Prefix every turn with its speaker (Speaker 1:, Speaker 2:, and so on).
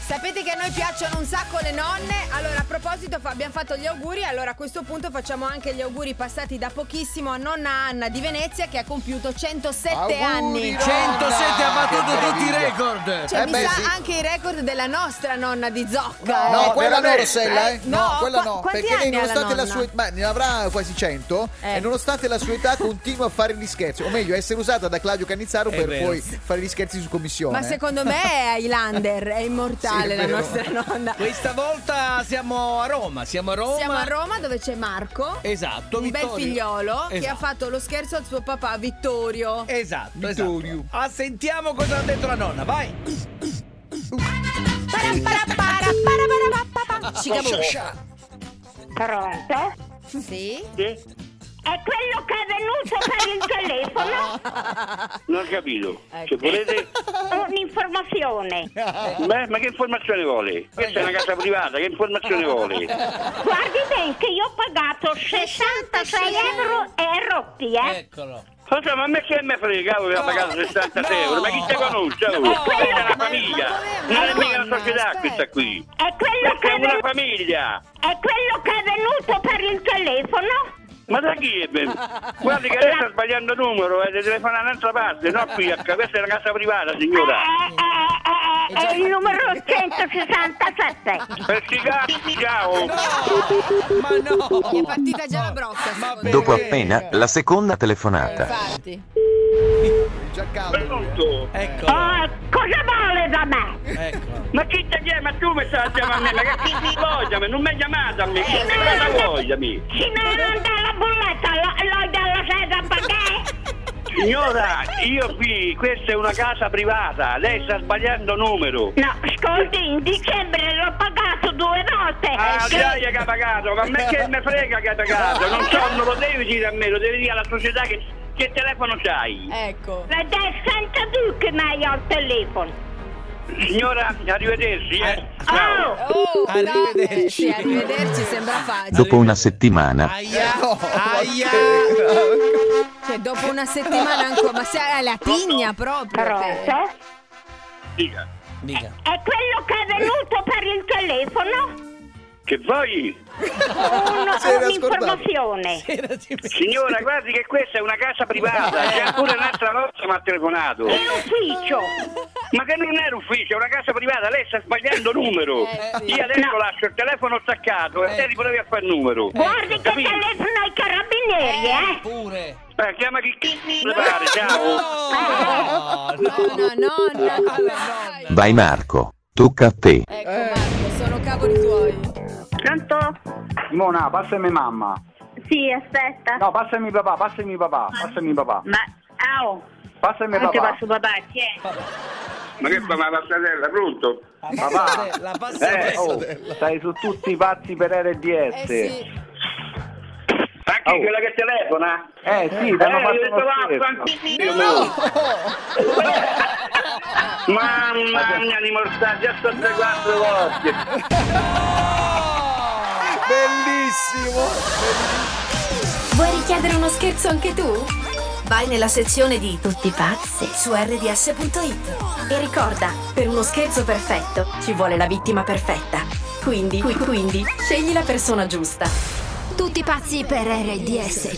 Speaker 1: Sapete che a noi piacciono un sacco le nonne. Allora, a proposito, fa- abbiamo fatto gli auguri. Allora, a questo punto facciamo anche gli auguri passati da pochissimo a nonna Anna di Venezia che ha compiuto 107
Speaker 2: Auguri,
Speaker 1: anni.
Speaker 2: nonna!
Speaker 3: 107 ha battuto
Speaker 2: Che
Speaker 3: tutti i
Speaker 2: meraviglia.
Speaker 3: record.
Speaker 1: Cioè,
Speaker 2: Eh
Speaker 1: mi
Speaker 2: beh,
Speaker 1: sa
Speaker 2: sì.
Speaker 1: anche i record della nostra nonna di Zocca.
Speaker 2: No,
Speaker 1: eh.
Speaker 2: quella no,
Speaker 4: veramente?
Speaker 2: Rossella, eh?
Speaker 1: Eh, no,
Speaker 2: quella
Speaker 1: qua-
Speaker 2: no.
Speaker 1: quanti
Speaker 2: Perché lei,
Speaker 1: anni ha la
Speaker 2: nonostante la
Speaker 1: nonna?
Speaker 2: sua età, ma ne avrà quasi 100,
Speaker 1: Eh.
Speaker 2: e nonostante la sua età, continua a fare gli scherzi. O meglio, a essere usata da Claudio Cannizzaro
Speaker 3: È
Speaker 2: per
Speaker 3: vero.
Speaker 2: poi fare gli scherzi su commissione.
Speaker 1: Ma secondo me è Highlander, è
Speaker 2: Sì,
Speaker 1: immortale
Speaker 2: è
Speaker 1: la
Speaker 2: vero.
Speaker 1: nostra nonna.
Speaker 3: Questa volta siamo a Roma, siamo a Roma.
Speaker 1: Siamo a Roma dove c'è Marco.
Speaker 3: Esatto,
Speaker 1: Un bel
Speaker 3: Vittorio.
Speaker 1: figliolo che ha
Speaker 3: Esatto.
Speaker 1: fatto lo scherzo al suo papà Vittorio.
Speaker 3: Esatto,
Speaker 2: Vittorio.
Speaker 3: esatto. Ah, sentiamo cosa ha detto la nonna, vai.
Speaker 1: Cicabù.
Speaker 5: Pronto?
Speaker 1: Sì?
Speaker 5: È quello che è venuto per il telefono?
Speaker 4: Non ho capito.
Speaker 1: Ecco.
Speaker 4: Se volete.
Speaker 5: Un'informazione.
Speaker 4: Beh, ma che informazione vuole? Questa è una casa privata, che informazione vuole?
Speaker 5: Guardi bene che io ho pagato 66 euro e rotti, eh?
Speaker 3: Eccolo.
Speaker 4: Cosa, ma a me che me frega oh, che aveva pagato 66 euro? Ma chi te conosce? oh?
Speaker 5: No.
Speaker 4: Questa è
Speaker 5: Ma-
Speaker 4: una
Speaker 5: ma
Speaker 4: famiglia.
Speaker 1: come-
Speaker 4: Non
Speaker 1: ma
Speaker 4: è mica
Speaker 1: nonna,
Speaker 4: una società
Speaker 1: aspetta.
Speaker 4: questa qui.
Speaker 5: È quello che
Speaker 4: Questa
Speaker 5: è
Speaker 4: è una
Speaker 5: venuto,
Speaker 4: famiglia.
Speaker 5: è quello che è venuto per il telefono?
Speaker 4: Ma da chi è ben? Guardi che lei sta sbagliando numero, eh, deve telefonare un'altra parte, no qui, a- questa è una casa privata, signora.
Speaker 5: Eh, eh, eh, eh, È, il numero 167.
Speaker 4: Questi cazzi,
Speaker 1: Eh?
Speaker 4: ciao!
Speaker 3: Ma no.
Speaker 1: Gli è partita già la brocca.
Speaker 3: Ma
Speaker 1: secondo me.
Speaker 3: beh.
Speaker 6: Dopo
Speaker 3: Eh.
Speaker 6: appena la seconda telefonata.
Speaker 1: Infatti.
Speaker 2: Già caldo. lui, eh.
Speaker 4: Pronto?
Speaker 3: Eccolo.
Speaker 5: Oh, cosa vuole da me?
Speaker 1: Eh.
Speaker 3: Eccolo.
Speaker 4: Ma chi ti chiama? Tu mi stai a chiamare a me? Ma che chi ti voglia? a me? Non mi hai chiamato a me! Che cosa voglia a me?
Speaker 5: Si manda la bolletta, l'ho della sera perché?
Speaker 4: Signora, io qui, questa è una casa privata, lei sta sbagliando numero!
Speaker 5: No, ascolti, in dicembre l'ho pagato due volte.
Speaker 4: Ah, lei che ha pagato, ma a me che me frega che ha pagato? Non so, non lo devi dire a me, lo devi dire alla società che, che telefono c'hai!
Speaker 1: Ecco.
Speaker 5: Ed è senza tu che mi hai al telefono.
Speaker 4: Signora, arrivederci, eh! Ciao!
Speaker 5: Oh,
Speaker 1: Oh,
Speaker 3: Arrivederci.
Speaker 1: no, eh, sì, arrivederci, sembra facile.
Speaker 6: Dopo una settimana.
Speaker 3: Aia.
Speaker 2: No,
Speaker 3: Aia.
Speaker 1: Cioè, dopo una settimana ancora. Ma sei la tigna proprio. cioè, te.
Speaker 5: pronto?
Speaker 4: Dica,
Speaker 3: Dica.
Speaker 5: È quello che è venuto per il telefono?
Speaker 4: che vuoi?
Speaker 5: Uno,
Speaker 2: Se era
Speaker 5: un'informazione.
Speaker 4: Signora, guardi che questa è una casa privata, c'è pure un'altra nostra mi ha telefonato.
Speaker 5: In ufficio.
Speaker 4: Ma che non è un ufficio, è una casa privata, lei sta sbagliando numero.
Speaker 1: Eh, sì.
Speaker 4: Io adesso lascio il telefono staccato e lei riprovi a fare il numero.
Speaker 5: Guardi che
Speaker 4: Capito?
Speaker 5: telefono ai carabinieri, eh?
Speaker 3: Pure.
Speaker 4: Eh, chiama chi chi le pare,
Speaker 3: No.
Speaker 4: ciao.
Speaker 1: No, no, nonna.
Speaker 3: Alla
Speaker 1: Dai.
Speaker 3: nonna.
Speaker 6: Vai Marco, tocca a te.
Speaker 1: Ecco Marco, sono cavoli tuoi.
Speaker 5: Pronto?
Speaker 7: Mona, passami mamma.
Speaker 5: Sì, aspetta.
Speaker 7: No, passami papà, passami papà, passami papà.
Speaker 5: Ma, ah, oh,
Speaker 7: Passami
Speaker 5: non ti
Speaker 7: papà.
Speaker 5: passo papà, chi è?
Speaker 4: Ma che fa la passatella, pronto?
Speaker 3: La passa- La passa
Speaker 7: Eh, oh,
Speaker 3: adesso.
Speaker 7: stai su tutti i pazzi per RDS.
Speaker 1: Eh sì.
Speaker 4: Anche
Speaker 7: Oh.
Speaker 4: quella che telefona?
Speaker 7: Eh, sì,
Speaker 4: Eh,
Speaker 7: ti hanno
Speaker 4: ho
Speaker 7: fatto
Speaker 4: detto
Speaker 7: uno scherzo.
Speaker 4: vaffanculo. Mamma mia, li mortaggi a 64 volte.
Speaker 2: Bellissimo.
Speaker 8: Vuoi richiedere uno scherzo anche tu? Vai nella sezione di Tutti pazzi su rds.it e ricorda, per uno scherzo perfetto ci vuole la vittima perfetta. Quindi, qui- quindi, scegli la persona giusta.
Speaker 9: Tutti pazzi per RDS.